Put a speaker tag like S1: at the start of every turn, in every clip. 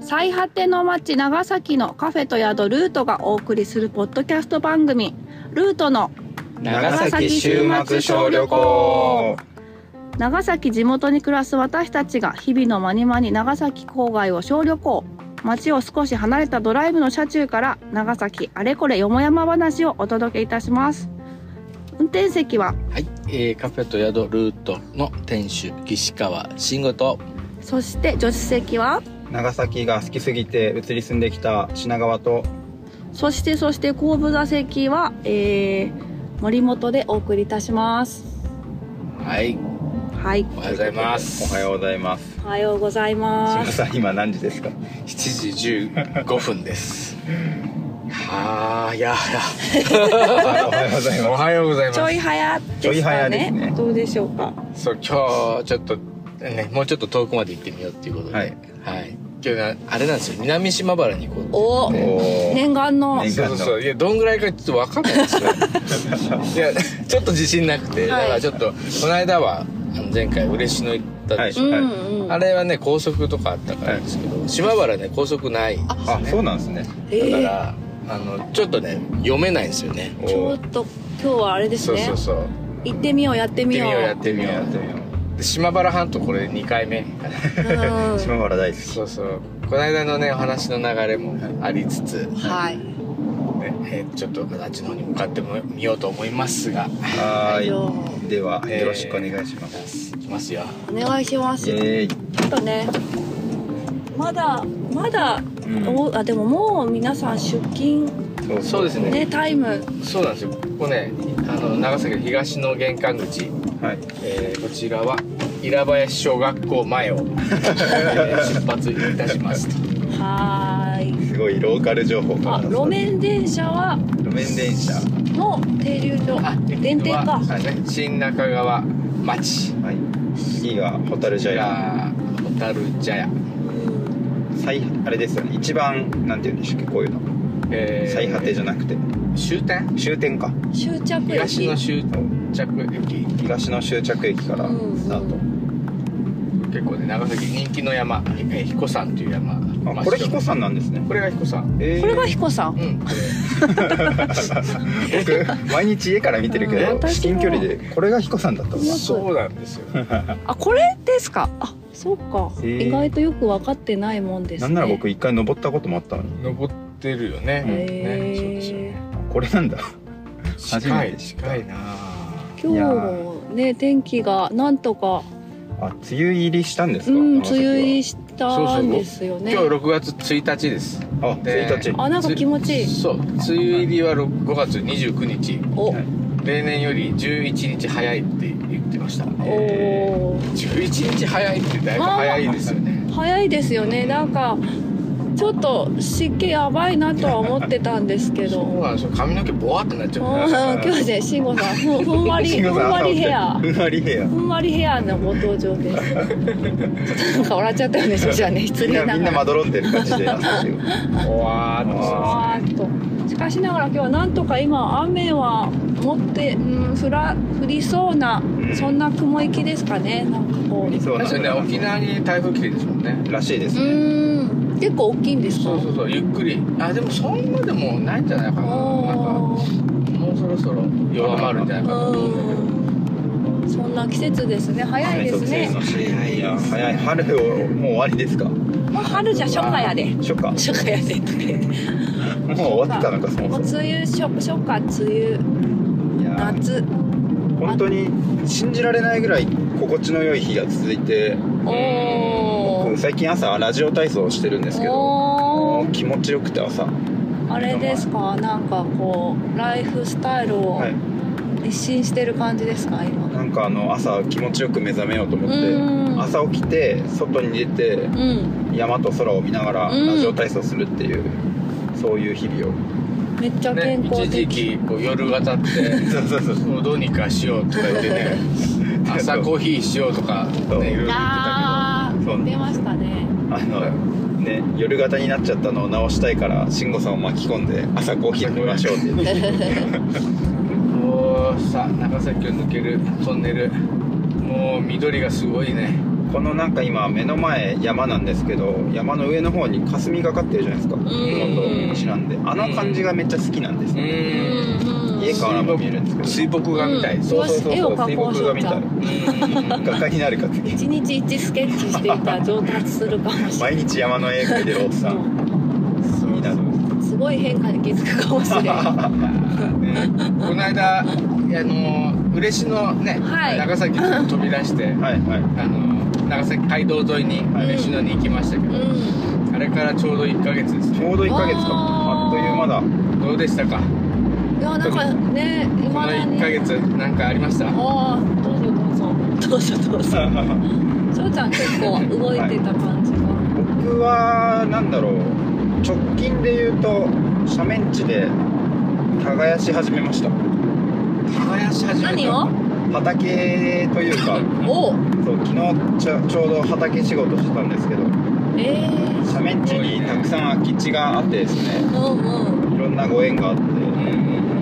S1: 最果ての街長崎のカフェと宿ルートがお送りするポッドキャスト番組ルートの
S2: 長崎週末小旅行
S1: 長崎地元に暮らす私たちが日々のまにまに長崎郊外を小旅行街を少し離れたドライブの車中から長崎あれこれよもやま話をお届けいたします運転席は
S2: はい、えーカフェと宿ルートの店主岸川慎吾と
S1: そして助手席は
S3: 長崎が好きすぎて移り住んできた品川と
S1: そしてそして後部座席は、えー、森本でお送りいたします
S2: はい
S1: はい
S2: おはようございます
S3: おはようございます
S1: おはようござい
S3: 島
S1: ます
S3: さん今何時ですか
S2: 7時15分です はーいやは
S3: あおはようござい
S2: やお
S3: ま
S2: はようござい
S1: ちょ
S2: ま
S1: い早
S3: ちょ
S1: で
S3: い
S1: すか
S3: 早
S1: ね
S3: ですね
S1: どうでしょうか
S2: すそう今日ちょっとねもうちょっと遠くまで行ってみようっていうことでは
S3: はいい、
S2: 今日なあれなんですよ南島原に行こう
S1: お
S3: すおー
S1: 念願の
S3: 念
S2: そうそうそういやどんぐらいかちょっと分かんないですねいやちょっと自信なくて、
S1: はい
S2: だからちょっとこの間はあの前回嬉野行ったでしょ、
S1: うんうん
S2: あれはね高速とかあったからですけど、島原ね高速ないだか
S3: あそうなんですね
S1: えー
S2: ら、あのちょっとね読めないんですよね
S3: お
S1: ちょ
S3: ー
S1: っと今日はあれです
S2: そう
S1: ね
S2: そうそう
S1: 行ってみようやってみよう
S2: やってみようやってみようで島原半島これ2回目かな
S1: うん
S3: 島原大好き
S2: そうそうこの間のねお話の流れもありつつ、
S1: はい
S2: ねえーちょっとあっちの方に向かってみようと思いますが
S3: は
S1: よ
S3: ーいでは
S2: えー
S3: よろしくお願いします
S2: いきますよ
S1: お願いします
S3: イ
S1: ち
S3: エーイ
S1: ょっとねまだまだ、
S3: うん
S1: おあでももう皆さん出勤
S3: そう
S2: そうですね
S1: ねタイム
S2: そうなんですよここねあの長崎の東の玄関口
S3: はい
S2: えーこちらは平林小学校前を、えー出発いたしますと
S1: はーい
S3: すごいローカル情報
S1: あ路面電車は
S3: 路面電車
S1: の停留所電停か
S2: はね新中川町
S3: はい次がホタルジャヤ
S2: が小樽茶屋、
S3: 最あれですよね一番なんて言うんでしたっけこういうの
S2: えー
S3: 最果てじゃなくて
S2: 終点
S3: 終点か
S1: 終着
S2: 東
S1: 駅
S2: の終着駅
S3: 東の終着駅からスタート
S2: 結構ね長崎人気の山、えー、彦山という山ま
S3: あ
S2: あ
S3: これ彦さんなんですね
S2: これが彦山
S3: えー
S1: これが彦さん
S2: うんこ
S3: 僕 毎日家から見てるけ
S1: うん
S3: ど至近距離でこれが彦さんだったの
S2: れ
S1: う
S2: そうなんですよ
S1: あこれですかあそうか、
S3: へー
S1: 意外とよく分かってないもんです
S3: な
S1: ね
S3: んなら僕一回登ったこともあったのに
S2: 登ってるよね,、
S1: へー
S2: ねそうですよね
S3: これなんだ初
S2: 近
S3: め
S2: い
S3: て
S2: 近いなあ
S1: 今日もね天気がなんとか
S3: あ梅雨入りしたんです
S1: う
S3: か
S1: ん梅
S3: 長崎は
S1: 雨入りしたんですよね
S2: 今日6月1日です
S3: あ
S2: で
S3: 1日
S1: あなんか気持ちいい
S2: そう梅雨入りは6 5月29日
S1: お、
S3: はい
S2: 例年より11日早いって言ってました
S1: お
S3: え
S1: おー
S2: 11日早いってだいぶ早いですよね
S1: 早いですよねなんかちょっと湿気やばいなとは思ってたんですけ
S2: そう
S1: ど
S2: なんですよ髪の毛ボワってなっちゃ
S1: うん
S2: う
S1: 今日ね慎吾さんふんふんわり
S3: 慎
S1: ふん
S3: 吾さ
S1: わりヘア
S3: 朝起きてふんわりヘア
S1: ふんわりヘアのご登場ですちょっとなんか笑っちゃったよね少しはね失
S3: みん
S1: 礼
S3: な
S1: な
S3: みん
S1: が
S3: な
S1: ら
S3: まどろんでる感じで朝日 を
S2: ボワーっ
S3: あ
S2: と
S1: わーっとしかしながら今日はなんとか今雨は持って、うん、降ら降りそうな、
S3: ん
S1: そんな雲行きですかねなんかこう
S3: そうなん
S2: 確かにね
S3: だ
S2: 沖縄に台風来てるんですもんね
S3: らしいです
S1: うーん結構大きいんですか
S2: そうそうそうゆっくりあでもそんなでもないんじゃないかななんか
S1: おー
S2: もうそろそろ弱まるんじゃないかな
S1: うんそんな季節ですね早いですね
S2: 早い
S3: いや早い春をもう終わりですか
S1: もう春じゃ初夏やで
S3: 初夏も
S1: 初夏やでとか言って
S3: う終わってたのかそ
S1: も
S3: も
S1: う
S3: そ
S1: 梅雨初初夏梅雨
S3: もいやー
S1: 夏
S3: 本当に信じられないぐらい心地の良い日が続いて
S1: おー
S3: 最近朝ラジオ体操をしてるんですけど
S1: お
S3: も
S1: ー
S3: う気持ちよくて朝
S1: あれですかなんかこうライフスタイルを
S3: はい
S1: 一新してる感じですか今
S3: なんかあの朝気持ちよく目覚めようと思っ
S1: うん
S3: て朝起きて外に出て
S1: うん
S3: 山と空を見ながら
S1: うん
S3: ラジオ体操するっていうそういう日々を
S1: めっちゃ
S2: ね
S1: 健康
S2: 一時
S1: 的、
S2: 期こう夜がたって
S3: そうそうそう
S2: もうどうにかしようとか言って ね朝コーヒーしようとか、ね、いろ
S3: そう
S2: いろ言ってた
S1: あ
S3: そうな
S1: あ
S3: んです
S1: 出ましたね
S3: あのね夜型になっちゃったのを直したいから慎吾さんを巻き込んで朝コーヒー飲みましょうって言 って
S2: けどもうさ長崎を抜けるトンネルもう緑がすごいね
S3: このなんか今目の前山なんですけど山の上の方に霞がかってるじゃないですか今
S2: ん
S3: 度ちなんであの感じがめっちゃ好きなんです
S2: う
S3: ね、
S2: ん
S1: うん
S3: 家からも見えるんですけど
S2: 水墨画みたいです、
S3: そうそうそう
S1: 絵
S3: そ
S1: を
S3: う
S1: 描
S3: 水
S1: こう
S3: 墨画みたい
S2: うん
S3: 画家になるか次
S1: 一日一スケッチしていたら上達するかもしれ
S3: 毎日山の絵描いてるおっさ
S1: ない
S3: ん
S2: そう
S3: になる
S1: うんすごい変化に気づくかもしれない
S2: ねこの間、あの、嬉野ね、
S1: はい
S2: 長崎から飛び出して、
S3: はいは
S2: あ
S3: い
S2: の、長崎街道沿いに嬉野に行きましたけど、
S1: う
S2: あれからちょうど1ヶ月です
S3: ち
S2: ね。
S3: ょうど1ヶ月かあ
S1: あー
S3: っという間だ
S2: どうでしたか
S1: んいやなんかねい
S2: この
S1: まだ
S2: 1ヶ
S1: に
S2: 月、なんかありました
S1: ああどうぞどうぞどうぞどうぞ翔ちゃん結構動いてた感じが、
S3: 僕はなんだろう直近で言うと斜面地で耕し始めました
S2: 耕し始めた
S1: 何を
S3: 畑というか
S1: おう
S3: そう昨日ちょちょうど畑仕事してたんですけど
S1: えー、
S3: 斜面地にたくさん空き地があってですね
S1: うんうん
S3: いろんなご縁があって
S2: うんうん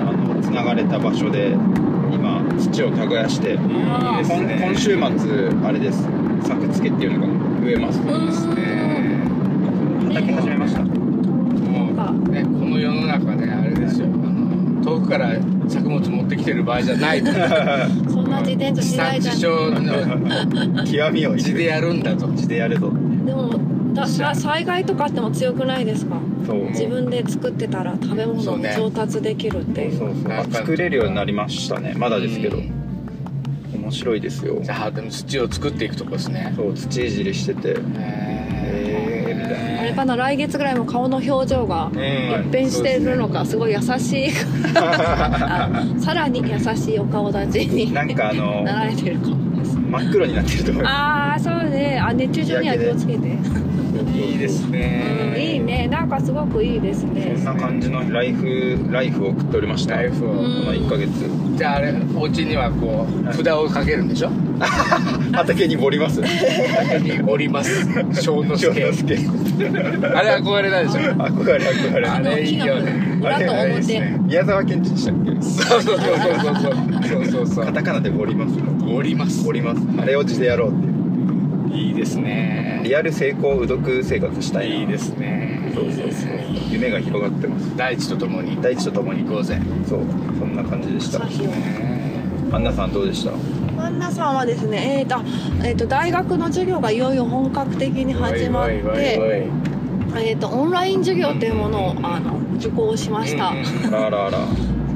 S3: あのつながれた場所で今土を耕して
S2: うん。いいです
S3: 今
S2: ね。
S3: 今週末あれです作付けっていうのが植えます
S1: うーん
S2: ね
S3: 畑始めました
S2: もうね、この世の中ね、あれですよ。あの遠くから作物持ってきてる場合じゃないと。
S1: そんな自転車
S2: 地
S1: 嫌
S2: 産
S1: いじ
S2: 地
S1: ゃ
S2: 消の
S3: 極みを
S2: 地でやるんだと。
S3: 地でやるぞ
S1: んでもださ災害とかあっても強くないですか
S3: そう思う
S1: 自分で作ってたら食べ物
S2: そう
S1: を
S2: ね
S1: 上達できるっていう
S3: そうそう
S2: な
S3: あ
S2: んか
S3: 作れるようになりましたねまだですけ
S2: う
S3: ど
S2: ん
S3: 面白いですよ
S2: じゃあでも土を作っていくとこですね
S3: そう土いじりしてて
S2: へ
S3: えーみたい
S1: あれかな来月ぐらいも顔の表情が
S3: うん
S1: 一変してるのかすごい優しい あさらに優しいお顔立ちに
S3: なんか あの
S1: なられてるかもです
S3: 真っ黒になってると思いま
S1: ああそうねあ熱中症には気をつけて、
S3: す
S2: いいです
S1: うん、
S2: ね
S1: いいねなんかすごくいいです
S3: そん
S1: ね
S3: な感じのライフライフを送っておりました
S2: ライ
S3: こ
S2: フを
S1: うん
S3: の1ヶ月
S2: じゃああれお家にはこう札をかけるんでしょ
S3: 畑に盛ります
S2: 手におります小之助
S3: 翔之介
S2: あれ憧れなんでしょ
S3: 憧れ憧れ
S2: あれいいよね
S1: 裏と
S2: あれいいです
S1: 表、
S2: ね
S3: 宮沢賢治でしたっけ
S2: そうそうそうそうそうそうそう
S3: カタカナで盛ります
S2: おります
S3: 盛りますあれを地でやろうっていう
S2: いいですね
S3: リアル成功うどく生活したいない
S2: いですね
S3: そうそうそう夢が広がってます
S2: 大地とともに
S3: 大地とともに
S2: 行こうぜ
S3: そうそんな感じでした
S1: 朝日を
S3: アンナさんどうでした
S1: アンナさんはですね、えーとあえーと大学の授業がいよいよ本格的に始まってえー、とオンライン授業というものをあの受講しました、
S3: あらあらあら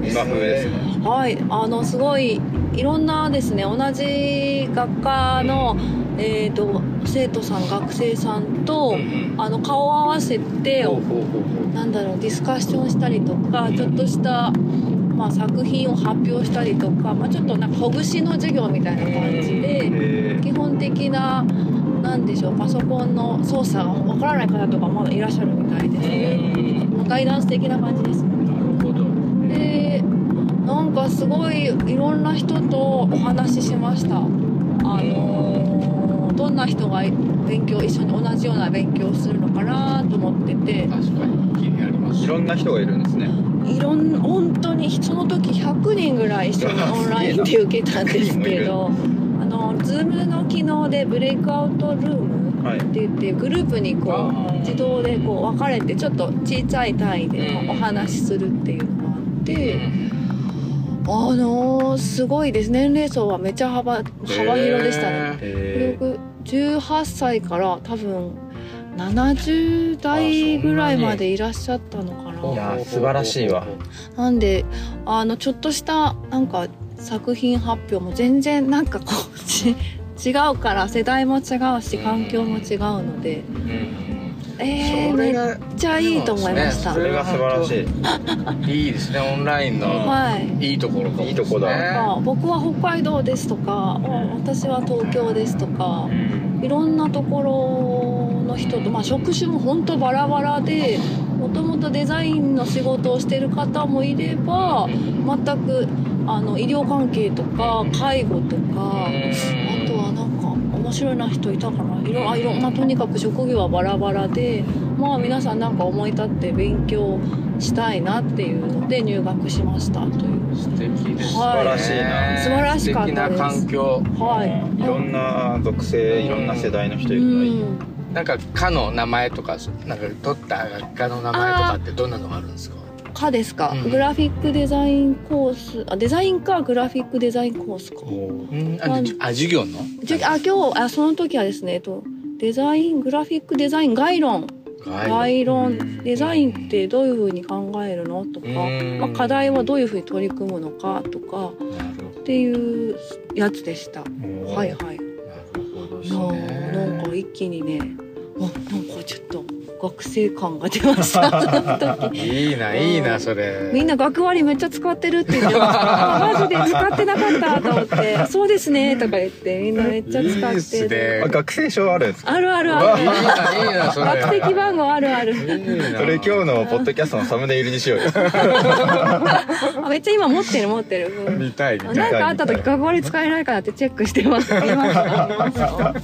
S3: 今風ですね
S1: はいあのすごいいろんなですね同じ学科の、えー、と生徒さん学生さんと、あの顔を合わせて
S2: ほうほうほうほう
S1: なんだろうディスカッションしたりとかちょっとした、まあ、作品を発表したりとか、まあ、ちょっとなんかほぐしの授業みたいな感じで。
S3: え
S1: 基本的ななんでしょうパソコンの操作がわからない方とかまだいらっしゃるみたいですね、
S2: うん
S1: ガイダンス的な感じです
S2: なるほど
S1: でなんかすごいいろんな人とお話ししましたあのーどんな人が勉強一緒に同じような勉強をするのかなと思ってて
S2: 確かに気になりま
S3: ー
S2: す
S3: いろんな人がいるんですね
S1: いろん本当にその時100人ぐらい一緒にオンラインで受けたんですけどあの Zoom の機能でブレイクアウトルーム
S3: はい
S1: って言ってグループにこ
S2: あ
S1: う
S2: ー
S1: 自動でこう分かれてちょっと小さい単位でお話しするっていうのがあって、あのーすごいです年齢層はめちゃ幅幅広でしたね。
S3: え
S1: 僕18歳から多分70代ぐらいまでいらっしゃったのか
S3: い
S1: な。
S3: やー素晴らしいわ
S1: なんであのちょっとしたなんか作品発表も全然なんかこう ち違うから世代も違うし環境も違うので、えー、
S2: それ
S1: めっ
S2: が
S1: ちゃいいと思いました。
S3: それが素晴らしい
S2: いいですねオンラインの
S1: はい。
S2: いいところかも
S3: いいとこだ
S1: ま
S2: ね
S1: あ、僕は北海道ですとか、私は東京ですとか
S2: う、ん
S1: いろんなところの人と、まあ、職種も本当バラバラで、もともとデザインの仕事をしてる方もいれば、全くあの医療関係とか介護とか、あとはなんか面白いな人いたかないろあいろまあとにかく職業はバラバラでまあ皆さんなんか思い立って勉強したいなっていうので入学しましたという
S2: 素敵ですね
S1: 素晴ら
S3: しいな
S1: 素晴らしかったです
S2: 素敵な環境
S1: はい
S3: いろんな属性いろんな世代の人いるのがいい、
S1: うん
S2: なんか科の名前とかなんか取った学科の名前とかってどんなのがあるんですか
S1: かですか、
S2: うん
S1: グラフィックデザインコースあデザインかグラフィックデザインコースか
S2: うんあであ授業の
S1: じゅあ今日あその時はですねえっとデザイングラフィックデザイン概論概論デザインってどういうふうに考えるのとか、
S2: うん
S1: まあ、課題はどういうふうに取り組むのかとか
S2: なるほ
S1: っていうやつでした
S2: ど
S1: はいはい
S2: なるほどです
S1: な
S2: ね
S1: なんか一気にねあなんかちょっと学生感が出ました あの時
S2: いいな
S1: うん
S2: いいなそれ
S1: みんな学割めっちゃ使ってるって言ってましたマジで使ってなかったと思 って「そうですね」とか言ってみんなめっちゃ使
S2: いいっ
S1: っ
S2: す
S1: てる
S2: ね
S3: あ学生証あるんですか
S1: あるある
S2: わ
S1: あ
S2: いい
S1: る
S2: ないいな それ
S1: 学籍番号あるある
S2: いいな
S3: それ今日のポッドキャストのサムネイルにしようよ
S1: あめっちゃ今持ってる持ってる、うん
S2: 見たい見
S1: あ
S2: たい
S1: なんかあった時学割使えないかなってチェックして ます見ました見ました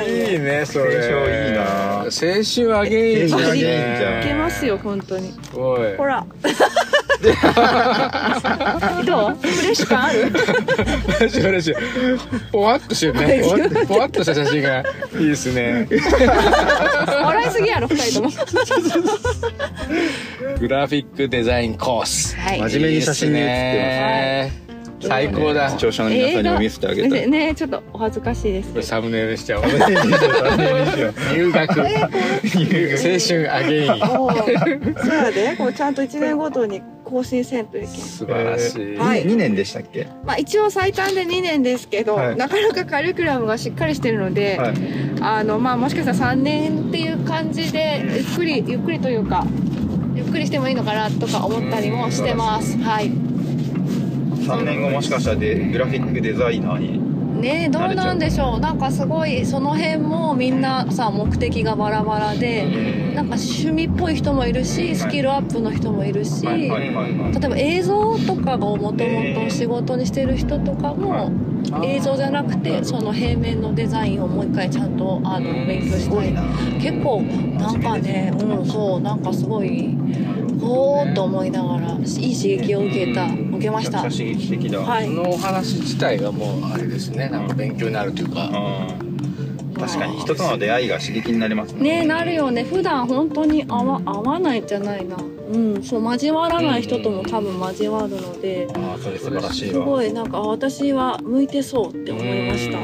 S2: いいねそれ
S3: 青春いいな
S2: 青春アゲイン
S3: 青春
S2: だ
S3: アゲインじゃ
S2: ね
S3: ん
S1: いけますよ本当に
S2: すごい
S1: ほら どうフレッシュ感あ る
S2: 嬉しい嬉しいぽわっとしてる ねぽわっとぽわっとした写真がいいですね
S1: 笑いすぎやろ二人とも
S2: グラフィックデザインコース
S1: はい
S3: 真面目に写真に写
S2: いいっすね最高だ
S3: 視聴者の皆さんにも見せてあげたい
S1: 映画ねちょっとお恥ずかしいです
S2: これサムネイルにしちゃおう
S3: サムネイルにしようサムネイルにしよう
S2: 入学青春アゲイン
S1: おーそうやで、こうちゃんと一年ごとに更新せんといけん。
S2: 素晴らしい、
S1: えーはい
S3: に2年でしたっけ
S1: まあ一応最短で2年ですけど、
S3: はい
S1: なかなかカリキュラムがしっかりしてるので、
S3: はい
S1: あのまあもしかしたら3年っていう感じでゆっくりゆっくりというか。ゆっくりしてもいいのかなとか思ったりもしてます。はい。
S3: 3年後もしかしたらでグラフィックデザイナーに
S1: ねえ、どうなんでしょう。なんかすごいその辺もみんなさ目的がバラバラで、なんか趣味っぽい人もいるし、スキルアップの人もいるし、
S3: はいはいはいはい
S1: 例えば映像とかをもともと仕事にしてる人とかも映像じゃなくてその平面のデザインをもう一回ちゃんとあの
S2: うん
S1: 勉強したい結構なんかねうんそうなんかすごいおーっと思いながらいい刺激を受けた
S2: うん
S1: 受けました
S3: めちゃくちゃ刺激的だ
S1: は
S2: こ
S1: い
S2: のお話自体がもうあれですねなんか勉強になるというか
S3: うん確かに人との出会いが刺激になります
S1: ねなるよね普段本当に合わ合わないじゃないなうんそう交わらない人とも多分交わるので
S3: ああそれ素晴らしい
S1: す
S3: わ
S1: ごいなんかあ私は向いてそうって思いました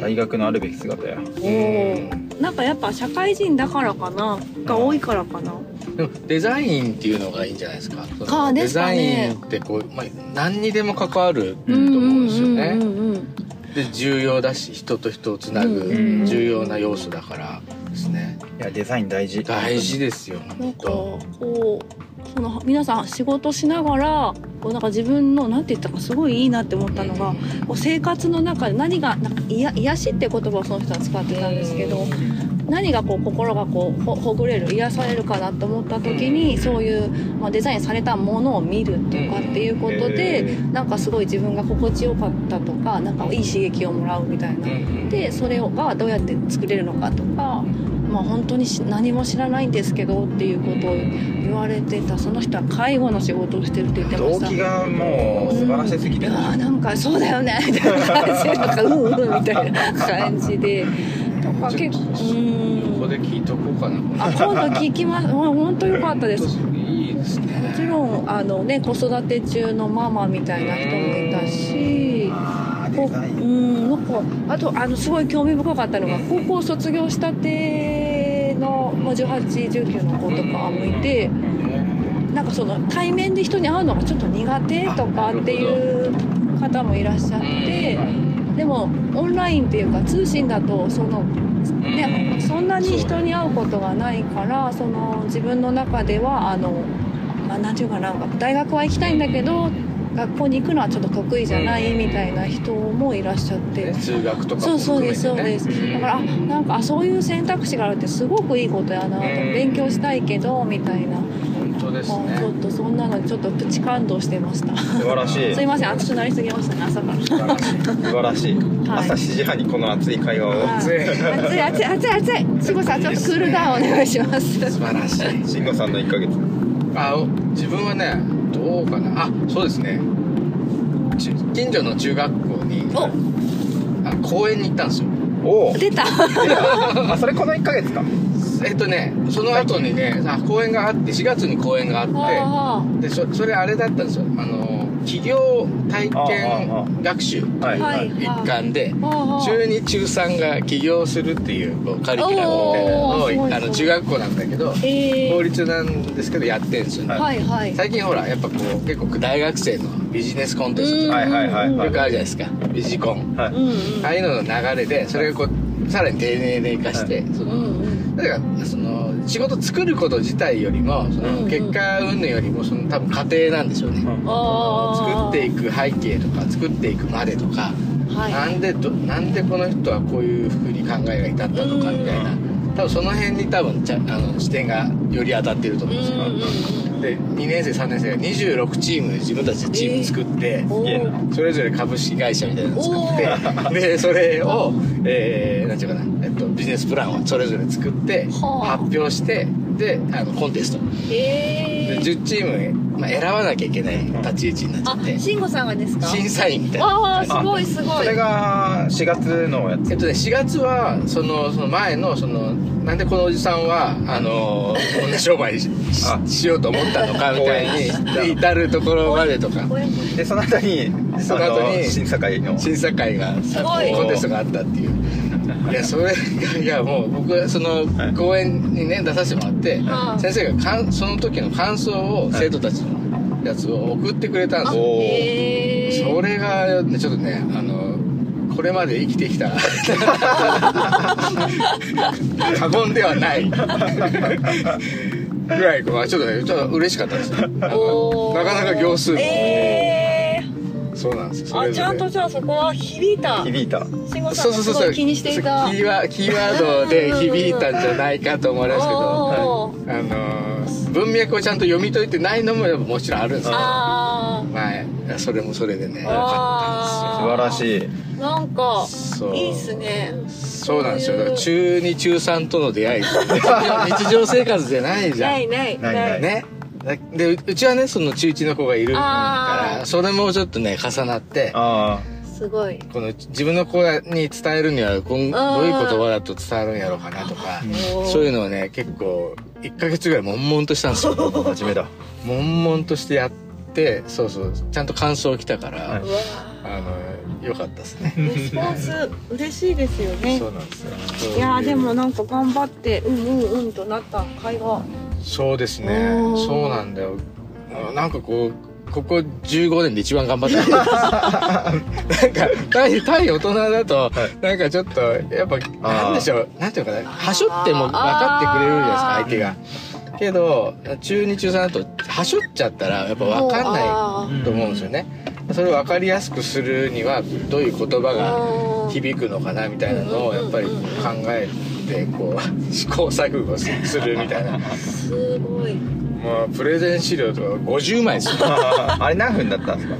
S3: 大学のあるべき姿や
S1: おーなんかやっぱ社会人だからかなが多いからかな
S2: でもデザインっていうのがいいんじゃないですかその
S1: かで
S2: デ
S1: すか
S2: ザイ
S1: ね
S2: ンってこう、まあ、何にでも関わると思うんですよね、
S1: うんうんうんうん
S2: で重要だし人と人をつな
S1: うん
S2: ぐ重要な要素だからですね
S3: いやデザイン大事
S2: 大事ですよ
S1: なん
S2: 本
S1: か
S2: 当
S1: こうその皆さん仕事しながらこうなんか自分のなんて言ったかすごいいいなって思ったのが、こう生活の中で何がなんか癒や癒しって言葉をその人は使ってたんですけど、何がこう心がこうほほぐれる癒されるかなと思った時に、そういう、まあ、デザインされたものを見るとかっていうことで、
S3: え
S1: なんかすごい自分が心地よかったとかなんかいい刺激をもらうみたいな。でそれがどうやって作れるのかとか、まあ、本当にし何も知らないんですけどっていうことを言われてたその人は介護の仕事をしてるって言ってま
S3: 動
S1: した
S3: 機がもう素晴らしすぎ
S1: い
S3: て
S1: やーなんかそうだよねみたいな感じでなんかうんうんみたいな感じでとか結構う
S2: ここ
S1: ーん
S2: で聞いとこうかな
S1: あ今度聞きますもう本当よかったですも
S2: いいですね
S1: ちろんあのね子育て中のママみたいな人もいたし。
S3: あー
S1: こ
S3: デ
S1: う
S3: ザイン
S1: うんなんかあとあのすごい興味深かったのが高校卒業したての1819の子とかもいてなんかその対面で人に会うのがちょっと苦手とかっていう方もいらっしゃってでもオンラインっていうか通信だとその、ね、そんなに人に会うことがないからその自分の中ではあの、まあ、なんていうかななんか大学は行きたいんだけど学校に行くのはちょっと得意じゃないみたいな人もいらっしゃって。
S2: 通学とか
S1: そうそうですそうです
S2: す
S1: だからあなんかあそういう選択肢があるってすごくいいことやなと勉強したいけどみたいな、
S2: 本当です
S1: もうちょっ
S2: ね
S1: とそんなのちょっとプチ感動してました
S3: 素晴らしい
S1: すいません熱くなりすぎましたね朝から
S3: 素晴らしい
S1: はい
S3: 朝7時半にこの熱い会話を
S1: はい
S2: 熱い
S1: 熱い熱い熱い熱い。しごさんちょっとクールダウンお願いします。
S2: 素晴らしい
S3: 慎吾さんの1ヶ月
S2: あ自分はねどうかなあそうですねち近所の中学校に
S1: お
S2: あ公園に行ったんですよ
S3: おお
S1: 出た
S3: あそれこの1ヶ月か
S2: えっとねその後にねあ公園があって4月に公園があっ
S1: は
S2: てでそそれあれだったんですよあの企業体
S3: あああ
S2: 験学習
S3: は
S1: あ
S3: い
S1: はあはい
S2: 一環で
S1: はあはあ
S2: 中2中3が起業するっていうこうカリキュラムみたいなの
S1: おーすごい
S2: をあ
S1: すご
S2: の
S1: い
S2: 中学校なんだけど
S1: え
S2: 法
S1: ー、
S2: 律なんですけどやってんですよね
S1: はいはい
S2: 最近ほらやっぱこう結構大学生のビジネスコンテストとか
S3: はいはいはい
S2: よく
S3: は
S2: あるじゃないですかビジコン
S3: はい
S1: うんうん
S2: ああいうのの流れでそれをこうさらに丁寧に生かしてそ
S1: うん
S2: の
S1: うん
S2: だからその仕事作ること自体よりもそ
S1: うんう
S2: の
S1: ん
S2: 結果云々よりもその多分過程なんでしょうね
S1: あ
S2: 作ってい
S1: く
S2: く背景とか作っていくまでとか
S1: はい
S2: なんでどなんでこの人はこういうふうに考えが至ったのかみたいな
S3: う
S2: 多分その辺に多分ちゃあの視点がより当たってると
S1: うん
S2: 思うんですよ
S1: うん
S2: で2年生3年生が26チーム自分たちでチーム作って、
S1: うんお
S3: いいな
S1: ー
S2: それぞれ株式会社みたいなの作ってでそれを、えー、なんていうかな、えっと、ビジネスプランをそれぞれ作って
S1: はあ
S2: 発表してであのコンテストで
S1: えー、
S2: 10チーム、まあ、選ばなきゃいけない立ち位置にな
S1: あ
S2: っちゃって
S1: 慎吾さんがですか
S2: 審査員みたいな。
S1: ああすごいすご
S3: そ
S1: い
S3: れが4月のやつ
S2: えっとね、4月はそのその前のそのなんでこのおじさんは あのこんな商売しし
S3: あ
S2: しようと思ったのかみたいに至るところまでとか
S1: これも
S3: でその後に
S2: その後に
S3: あ審査会の
S2: 審査会が
S1: すごい
S2: コンテストがあったっていういやそれがいやもう僕その
S3: はい
S2: 講演にね出させてもらって
S1: はい
S2: 先生がかんその時の感想を
S3: はい
S2: 生徒たちのやつを送ってくれたんですよ
S3: おー
S1: えー、
S2: それがねちょっとねあのこれまで生きてきた 過言ではないぐらいこうちょっとねちょっと嬉しかったですよあの
S1: おー
S2: なかなか行数も
S1: え
S2: そうなんですよ
S1: ー、
S2: それ
S1: あ
S2: ぞ
S1: ち
S2: れ
S1: ゃんとじゃあそこは響いた
S3: 響いた
S1: 慎吾さんがすごい気にしていた
S2: キーワキーワードで響いたんじゃないかと思いますけど、
S1: おー
S2: はいあのー文脈をちゃんと読み解いてないのもやっぱもちろんあるんですけど、は
S1: あ
S2: い、それもそれでね、よ
S1: あ
S2: か
S1: あ
S2: っ
S3: 素晴らしい
S1: ーなんか
S2: たんですよ。そう
S1: いいっす。ね
S2: そうなんですよ。
S1: そういう
S2: だから中二中三との出会い、 日常生活じゃないじゃん。
S1: ないない
S3: ないない
S2: ね。でううちはねその中1の子がいるか
S1: あー
S2: らそれもちょっとね重なって
S3: あ
S1: すごい
S2: この自分の子に伝えるにはこんどういう言葉だと伝わるんやろうかなとか
S1: おー
S2: そういうのをね結構1ヶ月ぐらい悶々としたんですよ
S3: あ真面目だ
S2: 悶々としてやってそうそうちゃんと感想来たから、
S3: はいう
S1: わ
S2: あのよかったです ね、
S1: ーレスポンス嬉しいですよね
S2: そうなんですよ
S1: いやーでもなんか頑張ってうんうんうんとなった会話
S2: そうですね
S1: おー
S2: そうなんだよあなんかこうここ15年で一番頑張った なんか対対大人だとなんかちょっとやっぱなんでしょうなんていうのかなはしょっても分かってくれるじゃないですか相手がけど中2中3だとはしょっちゃったらやっぱ分かんな
S1: ない
S2: と思うんですよねそれを分かりやすくするにはどういう言葉が響くのかなみたいなのをやっぱり考えてこう試行錯誤するみたいな
S1: すごい
S2: まあプレゼン資料とか50枚ですよ、
S3: あーあれ何分だったんですか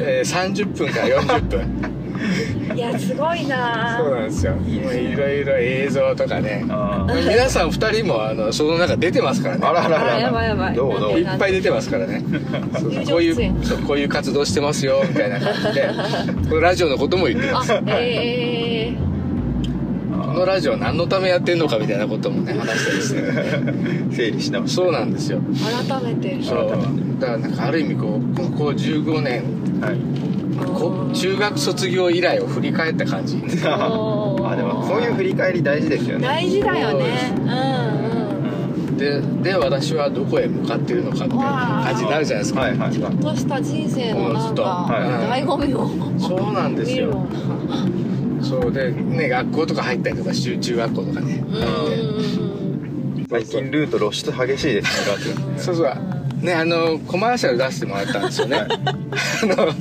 S2: えー、30分から40分
S1: いやすごいな
S2: そう
S1: ー
S2: なんですよもういろいろ映像とかね
S3: あー
S2: 皆さん2人もあのその中出てますからね
S3: あらあらあら
S1: あやばいやばい
S3: どうど
S2: いうっぱい出てますからねそうそうこう
S1: 友情出
S2: い
S1: 演
S2: うそうこういう活動してますよみたいな感じでこのラジオのことも言ってま
S1: あ
S2: す
S1: えー
S2: このラジオ何のためやってんのかみたいなこともね話したりしてるんで
S3: 整理し直し
S2: そうなんですよ
S1: 改めて
S2: そうだからなんかある意味こうここ15年
S3: はい
S2: こ中学卒業以来を振り返った感じ
S1: おー
S3: あでもそういう振り返り大事ですよね
S1: 大事だよねうんうん
S2: でで私はどこへ向かってるのかみたいな感じになるじゃないですか、
S3: はいはい
S1: ちょっとした人生のなんか
S3: はい
S1: 醍醐味を
S2: そうなんです
S1: 見るも
S2: よ
S1: んな
S2: そうでね学校とか入ったりとかし中学校とかね
S1: うんうん
S3: 最近ルート露出激しいですねガ
S2: そうそうねあのコマーシャル出してもらったんですよ ねあのもう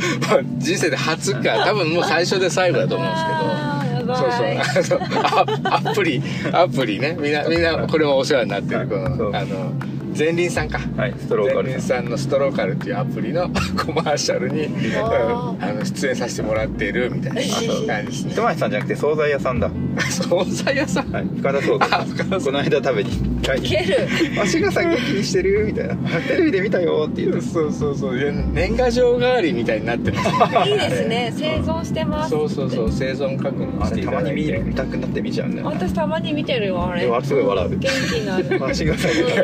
S2: 人生で初か多分もう最初で最後だと思うんですけど
S1: あーやばい
S2: そうそうあのアアプリアプリねみんなみんなこれもお世話になってるこ
S3: そう
S2: のあの前輪さんか
S3: はいストローカ
S2: 前
S3: ル
S2: 輪
S3: です
S2: さんのストローカルっていうアプリの コマーシャルに
S1: あ
S2: うんあの出演させてもらっているみたいな感じですね
S3: 人前さんじゃなくて惣菜屋さんだ
S2: 惣菜屋さん
S3: はい深田惣
S2: あ深田
S3: 菜
S2: 惣菜
S3: この間食べに行った
S1: いける
S3: 「 足がさ元気にしてる?」みたいな「テレビで見たよ」って言って
S2: そうそうそういや年賀状代わりみたいになってます ね
S1: いいですね生存してます
S2: そうそうそう生存確認
S3: あ
S2: して
S3: れ
S2: い
S3: た
S2: た
S3: ま
S2: だい
S3: に
S2: て
S3: 見る見たくなって見ちゃうんだよね
S1: 私たまに見てるよあれ
S3: でもあ
S1: 元
S3: れすごい笑 う
S1: 気になる
S3: 足がさ元
S2: いやも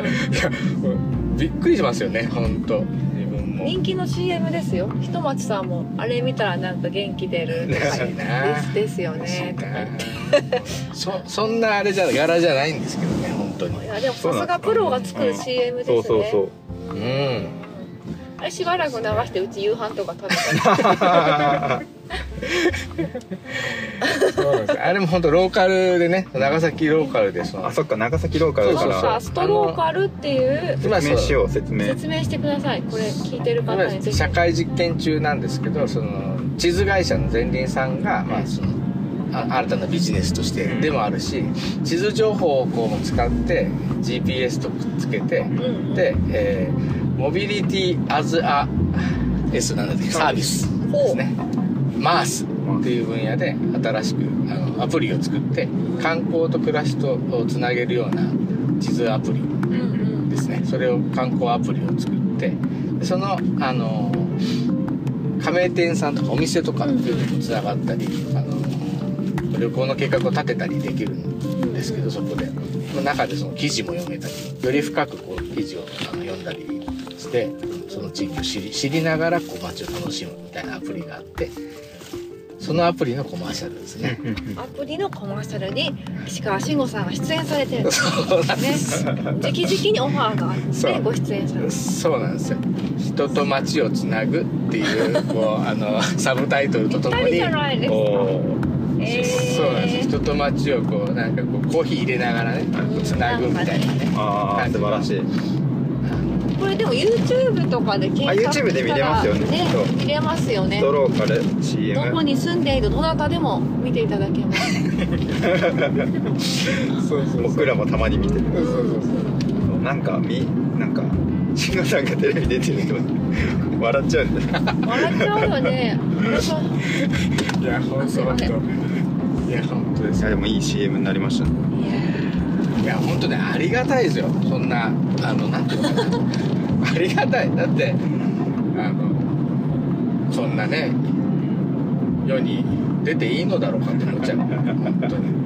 S2: うびっくりしますよね本当自分も
S1: 人気の CM ですよひとまちさんもあれ見たらなんか元気出るとか
S2: そう
S1: で
S2: ね
S1: すですよ
S2: そ
S1: ね
S2: う
S1: とか言って
S2: そそんなあれじゃ柄じゃないんですけどね本当に
S1: いやでもさすがプロが作る CM です
S3: そ
S1: ね
S3: うそうそう
S2: うん
S1: あれしばらく流してうち夕飯とか食べたり
S2: そうなんですあれも本当ローカルでね長崎ローカルでその
S3: あそっか長崎ローカルだ
S1: そ
S3: か
S1: うさ
S3: ら
S1: ストローカルっていう
S2: 今
S3: 説明し
S2: そう
S3: よう 説明
S1: 説明してくださいこれ聞いてる方にぜ
S2: 今
S1: ひ
S2: 社会実験中なんですけどその地図会社の前輪さんが、まあ、そのあ新たなビジネスとしてでもあるし地図情報をこう使って GPS とくっつけて
S1: うんうん
S2: で、えーモビリティアズア S なんだっけサービスですねマースっていう分野で新しくあのアプリを作って観光と暮らしとをつなげるような地図アプリ
S1: うんうん
S2: ですねそれを観光アプリを作ってでそのあの加盟店さんとかお店とかっていうのもつながったり、あの旅行の計画を立てたりできるんですけどそこでその中でその記事も読めたりより深くこう記事をあの読んだりしてその地域を知り知りながらこう街を楽しむみたいなアプリがあってそのアプリのコマーシャルですね。
S1: アプリのコマーシャルに石川慎吾さんが出演されてるんです
S2: そうなんです
S1: ね直々にオファーがあってご出演されてる
S2: そうなんですよ人と街をつなぐっていうこうあのサブタイトルととも
S1: 二人
S2: に
S1: じゃないですか
S3: お
S1: えー
S2: そうなんです人と街をこうなんかこうコーヒー入れながらねこうつなぐみたいなね
S3: ああ素晴らしい
S1: これでも YouTube とかで検索
S3: あ YouTube で見れますよね
S1: したら
S3: そう
S1: 見れますよね
S3: ストローカル
S1: どこ
S3: CM
S1: に住んでいるどなたでも見ていただけます
S2: そうそう
S3: 僕らもたまに見てる
S2: そうそう
S3: なんかみなんか慎吾さんがテレビ出てると 笑っちゃうんだよ
S1: 笑っちゃうよね私は
S2: そういや本
S1: すい
S2: 当
S1: ま
S2: 本
S1: せん
S2: 当いや本当です
S3: い
S2: よ
S3: やでもいい CM になりましたね
S2: いや本当ねありがたいですよそんなあのなんていうのかなありがたいだってあのそんなね世に出ていいのだろうかって思っちゃう本当に。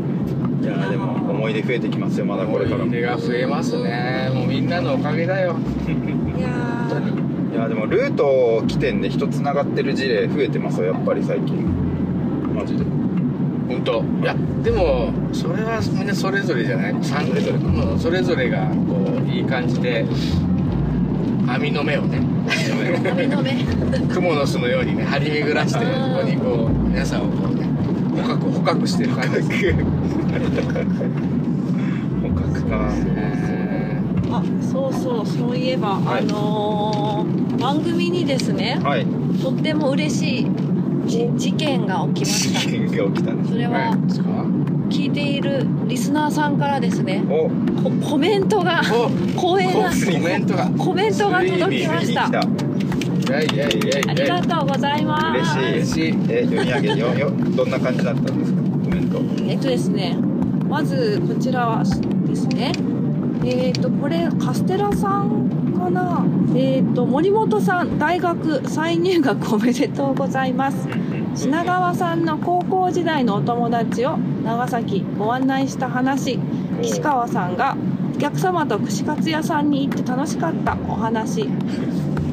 S3: いやでも思い出増えてきますよまだこれからも
S2: 思い出
S3: い
S2: が増えますねもうみんなのおかげだよ
S1: いや
S2: 本当に
S3: やでもルート起点で人つながってる事例増えてますよやっぱり最近マジで
S2: 本当いやでもそれはみんなそれぞれじゃない3れぞれのそれぞれがこういい感じで網の目をね
S1: ーダメダメ
S2: 雲の巣のようにね張り巡らしてここにこう皆さんをこうね捕獲捕獲してる感じです
S3: 捕獲か
S2: ね
S1: あそうそうそういえば、
S3: はい
S1: あのー番組にですね
S3: はい
S1: とっても嬉しいじ事件が起きま
S3: 事
S1: し
S3: 件が起きたんで
S1: た
S3: す
S1: それは
S2: 何ですか
S1: 聞いているリスナーさんからですね
S3: お
S1: こコメント が
S2: お
S1: 光栄
S2: コ
S1: な
S2: メントが
S1: コメントが届きま
S3: 見
S1: し
S3: に
S1: た
S3: 来た
S2: いやいやいやい
S1: ありが
S2: や
S1: とうございます
S3: 嬉しい
S2: 嬉しい
S3: え読み上げよよどんな感じだったんですかコメント
S1: えっとですね、まずこちらはですね、えっ、とこれカステラさんかな、えっ、と森本さん大学再入学おめでとうございます。品川さんの高校時代のお友達を長崎ご案内した話、岸川さんがお客様と串カツ屋さんに行って楽しかったお話、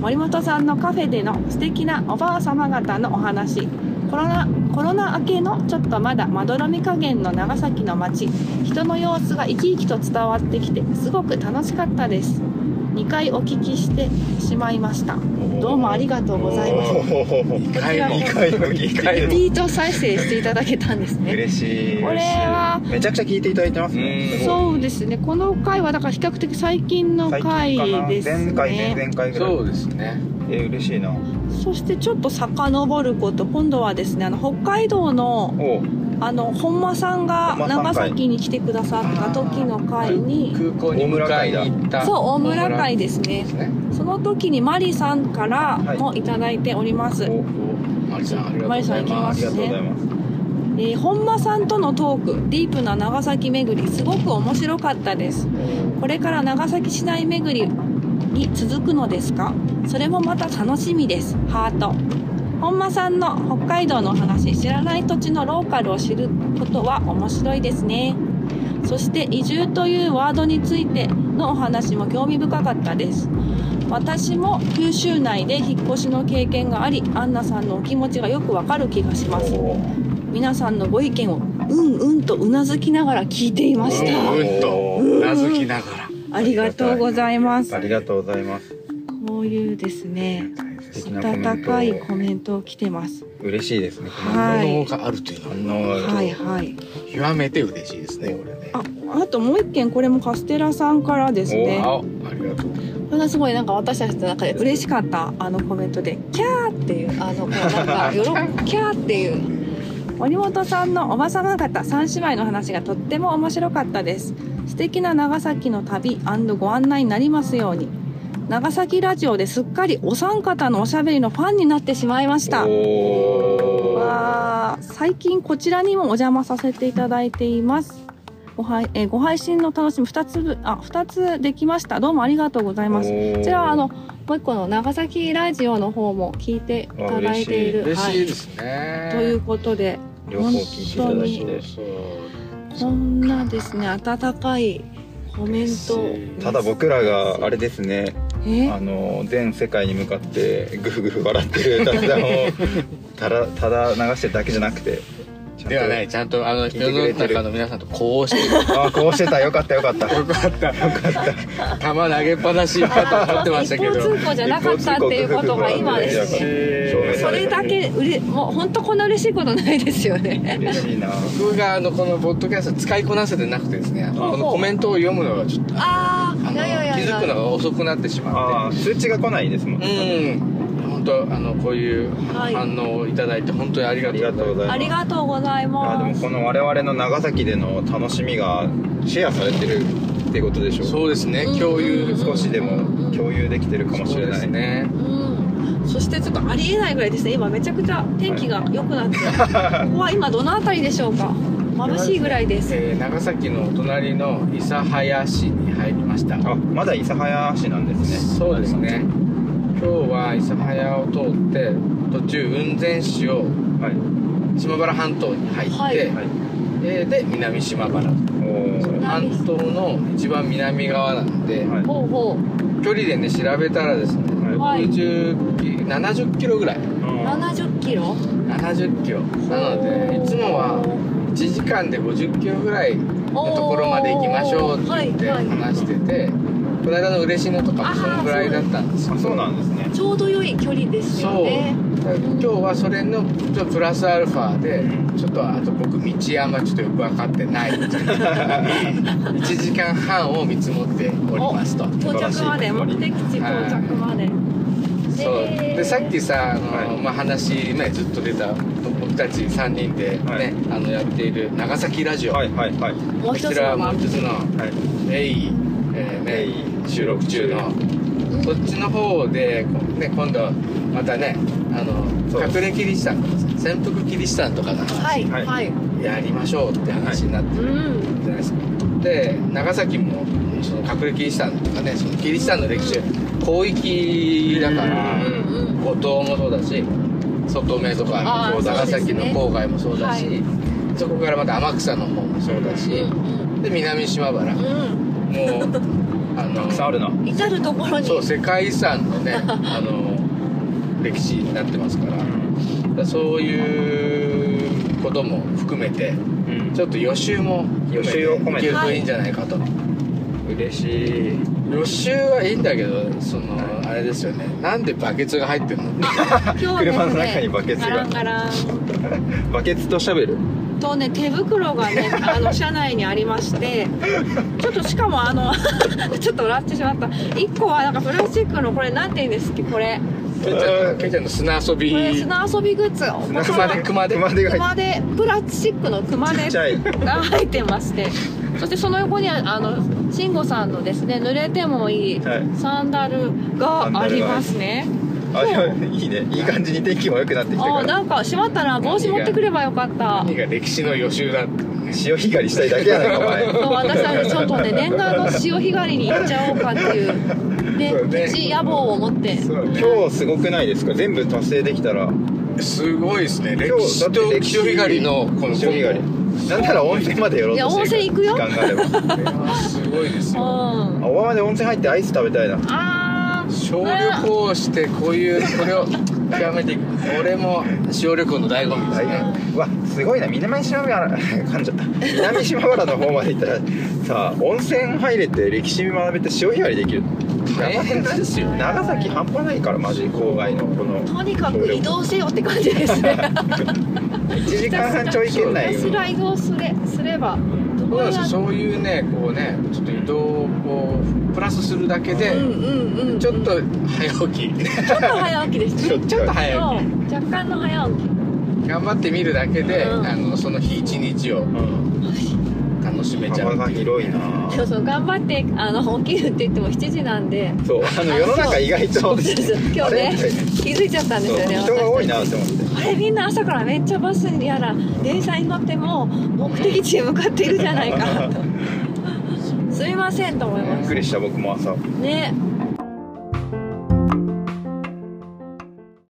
S1: 森本さんのカフェでの素敵なおばあ様方のお話。コロナコロナ明けのちょっとまだまどろみ加減の長崎の街人の様子が生き生きと伝わってきてすごく楽しかったです2回お聞きしてしまいましたどうもありがとうございます
S2: お
S3: 2
S2: 一回も
S3: 2回も2回
S1: リ
S3: も
S1: ピート再生していただけたんですね
S3: 嬉しい
S1: これは
S3: めちゃくちゃ聞いていただいてますね
S2: うん
S3: すごい
S1: そうですねこの回はだから比較的最近の
S3: 最近
S1: 回
S3: かな
S1: です
S3: 前回
S1: ね
S3: 前々回ぐらい
S2: そうですね
S3: えー嬉しいな
S1: そしてちょっと遡ること今度はですねあの北海道の
S3: おう
S1: あの本間さんが
S3: 本間さん
S1: 長
S3: 会
S1: 崎に来てくださった時の会に
S2: 空港に迎えに行った
S1: そう大村会ですね
S2: ですね
S1: その時にマリさんから
S3: はい
S1: もいただいております、
S3: お
S2: マリさんありがとうござい
S3: あ
S2: ま
S3: り
S2: す
S3: がとうございます。
S1: えー本間さんとのトークディープな長崎巡りすごく面白かったですこれから長崎市内巡りに続くのですかそれもまた楽しみですハート本間さんの北海道の話知らない土地のローカルを知ることは面白いですねそして移住というワードについてのお話も興味深かったです私も九州内で引っ越しの経験がありアンナさんのお気持ちがよくわかる気がします
S3: お
S1: 皆さんのご意見をうんうんとうなずきながら聞いていまし
S2: う
S1: た
S2: んうんとうなずきながら
S1: ありがとうございます
S3: ありがとうございます。
S1: こういうですね
S3: 素敵なコメ
S1: 温
S3: ント
S1: かいコメントを来てます
S3: 嬉しいですね。
S1: は
S2: 反
S1: い
S2: 応があるというのは
S3: 反応がある
S1: はいはい
S2: 極めて嬉しいですねこれね
S1: ああともう一件これもカステラさんからですね
S2: おあありがとう
S1: これがすごいなんか私たちの中で嬉しかったあのコメントで「キャー」っていうあのこうなんかよろ「キャー」っていう森本さんのおばさま方三姉妹の話がとっても面白かったです素敵な長崎の旅ご案内になりますように長崎ラジオですっかりお三方のおしゃべりのファンになってしまいました
S3: おー
S1: わー最近こちらにもお邪魔させていただいていますごはいえーご配信の楽しみ2つぶあ二つできましたどうもありがとうございますこちらはあのもう一個の長崎ラジオの方も聞いていただいている
S2: 嬉しい
S1: は
S2: ですね
S1: い、ということで
S3: 両方聞いていただいて。
S1: こんなですね温かいコメントを
S3: ただ僕らがあれですね。
S1: え
S3: あの全世界に向かってグフグフ笑ってる雑談をただ ただ流してるだけじゃなくてちゃんと
S2: ではないちゃんとあの
S3: 聞い
S2: 世
S3: てく
S2: の
S3: れてる
S2: 中の皆さんとこうして る
S3: あこうしてたよかったよかった
S2: よかったよかった球投げっぱなしパターン持ってました
S1: 一
S2: け
S1: 方
S2: ど
S1: 通行じゃなかったっていうことが今ですねそれだけうれもう本当こんな嬉しいことないですよね
S3: 嬉しいな
S2: 僕があのこのポッドキャスト使いこなせてなくてですねこのコメントを読むのがちょっと
S1: あ
S2: あ
S1: あ
S2: の
S1: い
S2: 気
S1: やいやいや
S2: づくのが遅くなってしま
S3: あ
S2: っ
S3: ー通知が来ないですもん
S2: て
S3: ね、
S2: うん本当あのこういう
S1: はい
S2: 反応をいただいて本当にあり
S3: あ
S2: がと
S3: り
S2: うござ
S3: が
S2: いま
S3: と
S2: す
S3: うございます
S1: ありがとうございま
S3: あー
S1: す
S3: でもこの我々の長崎での楽しみがシェアされてるってことでしょう
S2: そうですね共有
S3: 少しでも共有できてるかもし
S2: そ
S3: れ
S2: うで
S3: な
S2: す
S3: い
S2: ね
S1: うんそしてちょっとありえないぐらいですね今めちゃくちゃ天気が良くなって、ここは今どの辺りでしょうか眩しいぐらいです
S2: えー長崎のお隣の諫早市に入りました
S3: あまだ諫早市なんですね
S2: そうですね今日は諫早を通って途中雲仙市を
S3: はい
S2: 島原半島に入って、
S1: はい
S3: はい
S2: えーで南島原
S3: おー
S2: 半島の一番南側なんで、
S3: はい
S1: ほうほ
S2: 距離でね調べたらですね、
S1: はい
S2: 60キ70キロぐらいう
S1: 70キロ
S2: 70キロなのでいつもは1時間で50キロぐらいのところまで行きましょうって言って
S1: はいはい
S2: 話しててこの間の嬉しのとかもそのぐらいだったんです
S3: あ
S2: けど
S3: そうなんですね
S1: ちょうど良い距離ですよね
S2: そう今日はそれのちょっとプラスアルファで
S3: うん
S2: ちょっとあと僕道山ちょっとよく分かってないっていう 1時間半を見積もっておりますと
S1: 到着まで目的地到着まで
S2: そう
S1: へー
S2: でさっきさあの、
S3: はい
S2: まあ、話、ね、ずっと出た僕たち3人で、ね
S3: はい
S2: あのやっている長崎ラジオ、
S3: はいはいはい
S1: もう
S2: こ
S1: 一つ
S2: ち
S1: の
S2: らは
S1: は
S2: もう一つの
S3: はい
S2: 鋭意、えーね
S3: 鋭意
S2: 収録中のそっちの方で、こうね、今度またねあ
S3: そう
S2: の隠れキリシタンとかさ潜伏キリシタンとかの
S1: は
S2: 話
S1: い
S3: は
S1: はいい、
S2: やりましょうって話になって
S1: う
S2: る
S1: ん
S2: じゃないですか、で長崎もその隠れキリシタンとかねそのキリシタンの歴史広域だか
S1: う
S2: ら。
S1: んうん
S2: 五島もそうだし外目とか
S1: あー
S2: 長
S1: そうです
S2: 崎の
S1: ね
S2: 郊外もそうだしそこからまた天草の方もそうだし、
S1: うん
S2: で南島原もう
S1: うん
S2: あ
S3: たくさんあ
S2: の
S3: るな
S1: うん至る所に
S2: そう世界遺産 のねあの歴史になってますからだからそういうことも含めてちょっと予習も
S3: 予習を込めて
S2: いけるといいんじゃないかと、
S3: 嬉しい
S2: 予習はいいんだけどそのあれですよねなんでバケツが入ってるの
S1: 今日はですね
S3: 車の中にバケツが
S1: ガランガラン
S3: バケツとシャベル
S1: とね手袋が ねあの車内にありましてちょっとしか もあのちょっと笑ってしまった1個はなんかプラスチックのこれなんて言うんですっけこれ
S2: ケンちゃんケンちゃんの砂遊び
S1: これ砂遊びグッズを
S3: 砂
S2: 熊手熊手
S3: 熊手が入っ
S1: 熊でプラスチックの熊
S3: てち
S1: 手
S3: っちゃい
S1: が入ってましてそしてその横にはあの慎吾さんのですね濡れてもいい
S3: はい
S1: サンダルがありますね
S3: あいいねいい感じに天気も良くなってきた
S1: あ
S3: か
S1: ー
S3: ら
S1: なんか閉まったら帽子持ってくればよかった
S2: 何が歴史の予習だ
S3: 潮干狩りしたいだけやないかお前
S1: そう私たちちょっとね念願の潮干狩りに行っちゃおうかっていうね
S2: そうね
S1: プチ野望を持って
S3: 今日すごくないですか全部達成できたら
S2: すごいですね
S3: 今
S2: 歴
S3: 日だ
S2: 史
S3: って
S2: と
S3: 歴史
S2: 潮干狩りのこの
S3: 潮干狩りなんなら温泉まで寄ろうとしてる
S1: いや
S3: から
S1: 温
S3: 時間があれば
S2: これはすごいです
S1: う
S2: よ
S1: ん
S3: あおまで温泉入ってアイス食べたいな
S1: あ
S2: 小旅行をしてこういうこれを極めていくこれも小旅行の醍醐味です
S3: 大
S2: ね
S3: 変うわすごいな南島原噛んじゃった南島原の方まで行ったらさあ温泉入れて歴史学べて潮干狩りできる
S2: 大変ですよ
S3: 長崎半端ないからマジ郊外のこの
S1: ーとにかく移動せよって感じですね
S3: 1時間半ちょい圏
S1: ひた
S3: 内
S1: すら移動すれすればど
S2: そう
S1: こ
S2: なん
S1: や
S2: ですよそういうねこうねちょっと移動をこうプラスするだけで
S1: うんうんうん
S2: ちょっと早起き
S1: ちょっと早起きですね
S2: ちょちょっと早起
S1: そう若干の早起き
S2: き頑張ってみるだけで
S1: うん
S2: あのその日一日を楽しめちゃ
S3: 幅
S2: う
S3: が広いな
S1: そうそう頑張ってあの起きるって言っても7時なんで
S3: そうあの世の中意外と
S1: そうそうそう今
S3: あ
S1: 日
S3: れ
S1: ね 気づいちゃったんです
S3: そう
S1: よね
S3: 人が多いな
S1: 私
S3: っ
S1: ち
S3: たて思って
S1: あれみんな朝からめっちゃバスやら電車に乗っても目的地へ向かっているじゃないかとすみませんと思い
S3: び
S1: ま
S3: っ
S1: す
S3: くりした僕も朝
S1: ね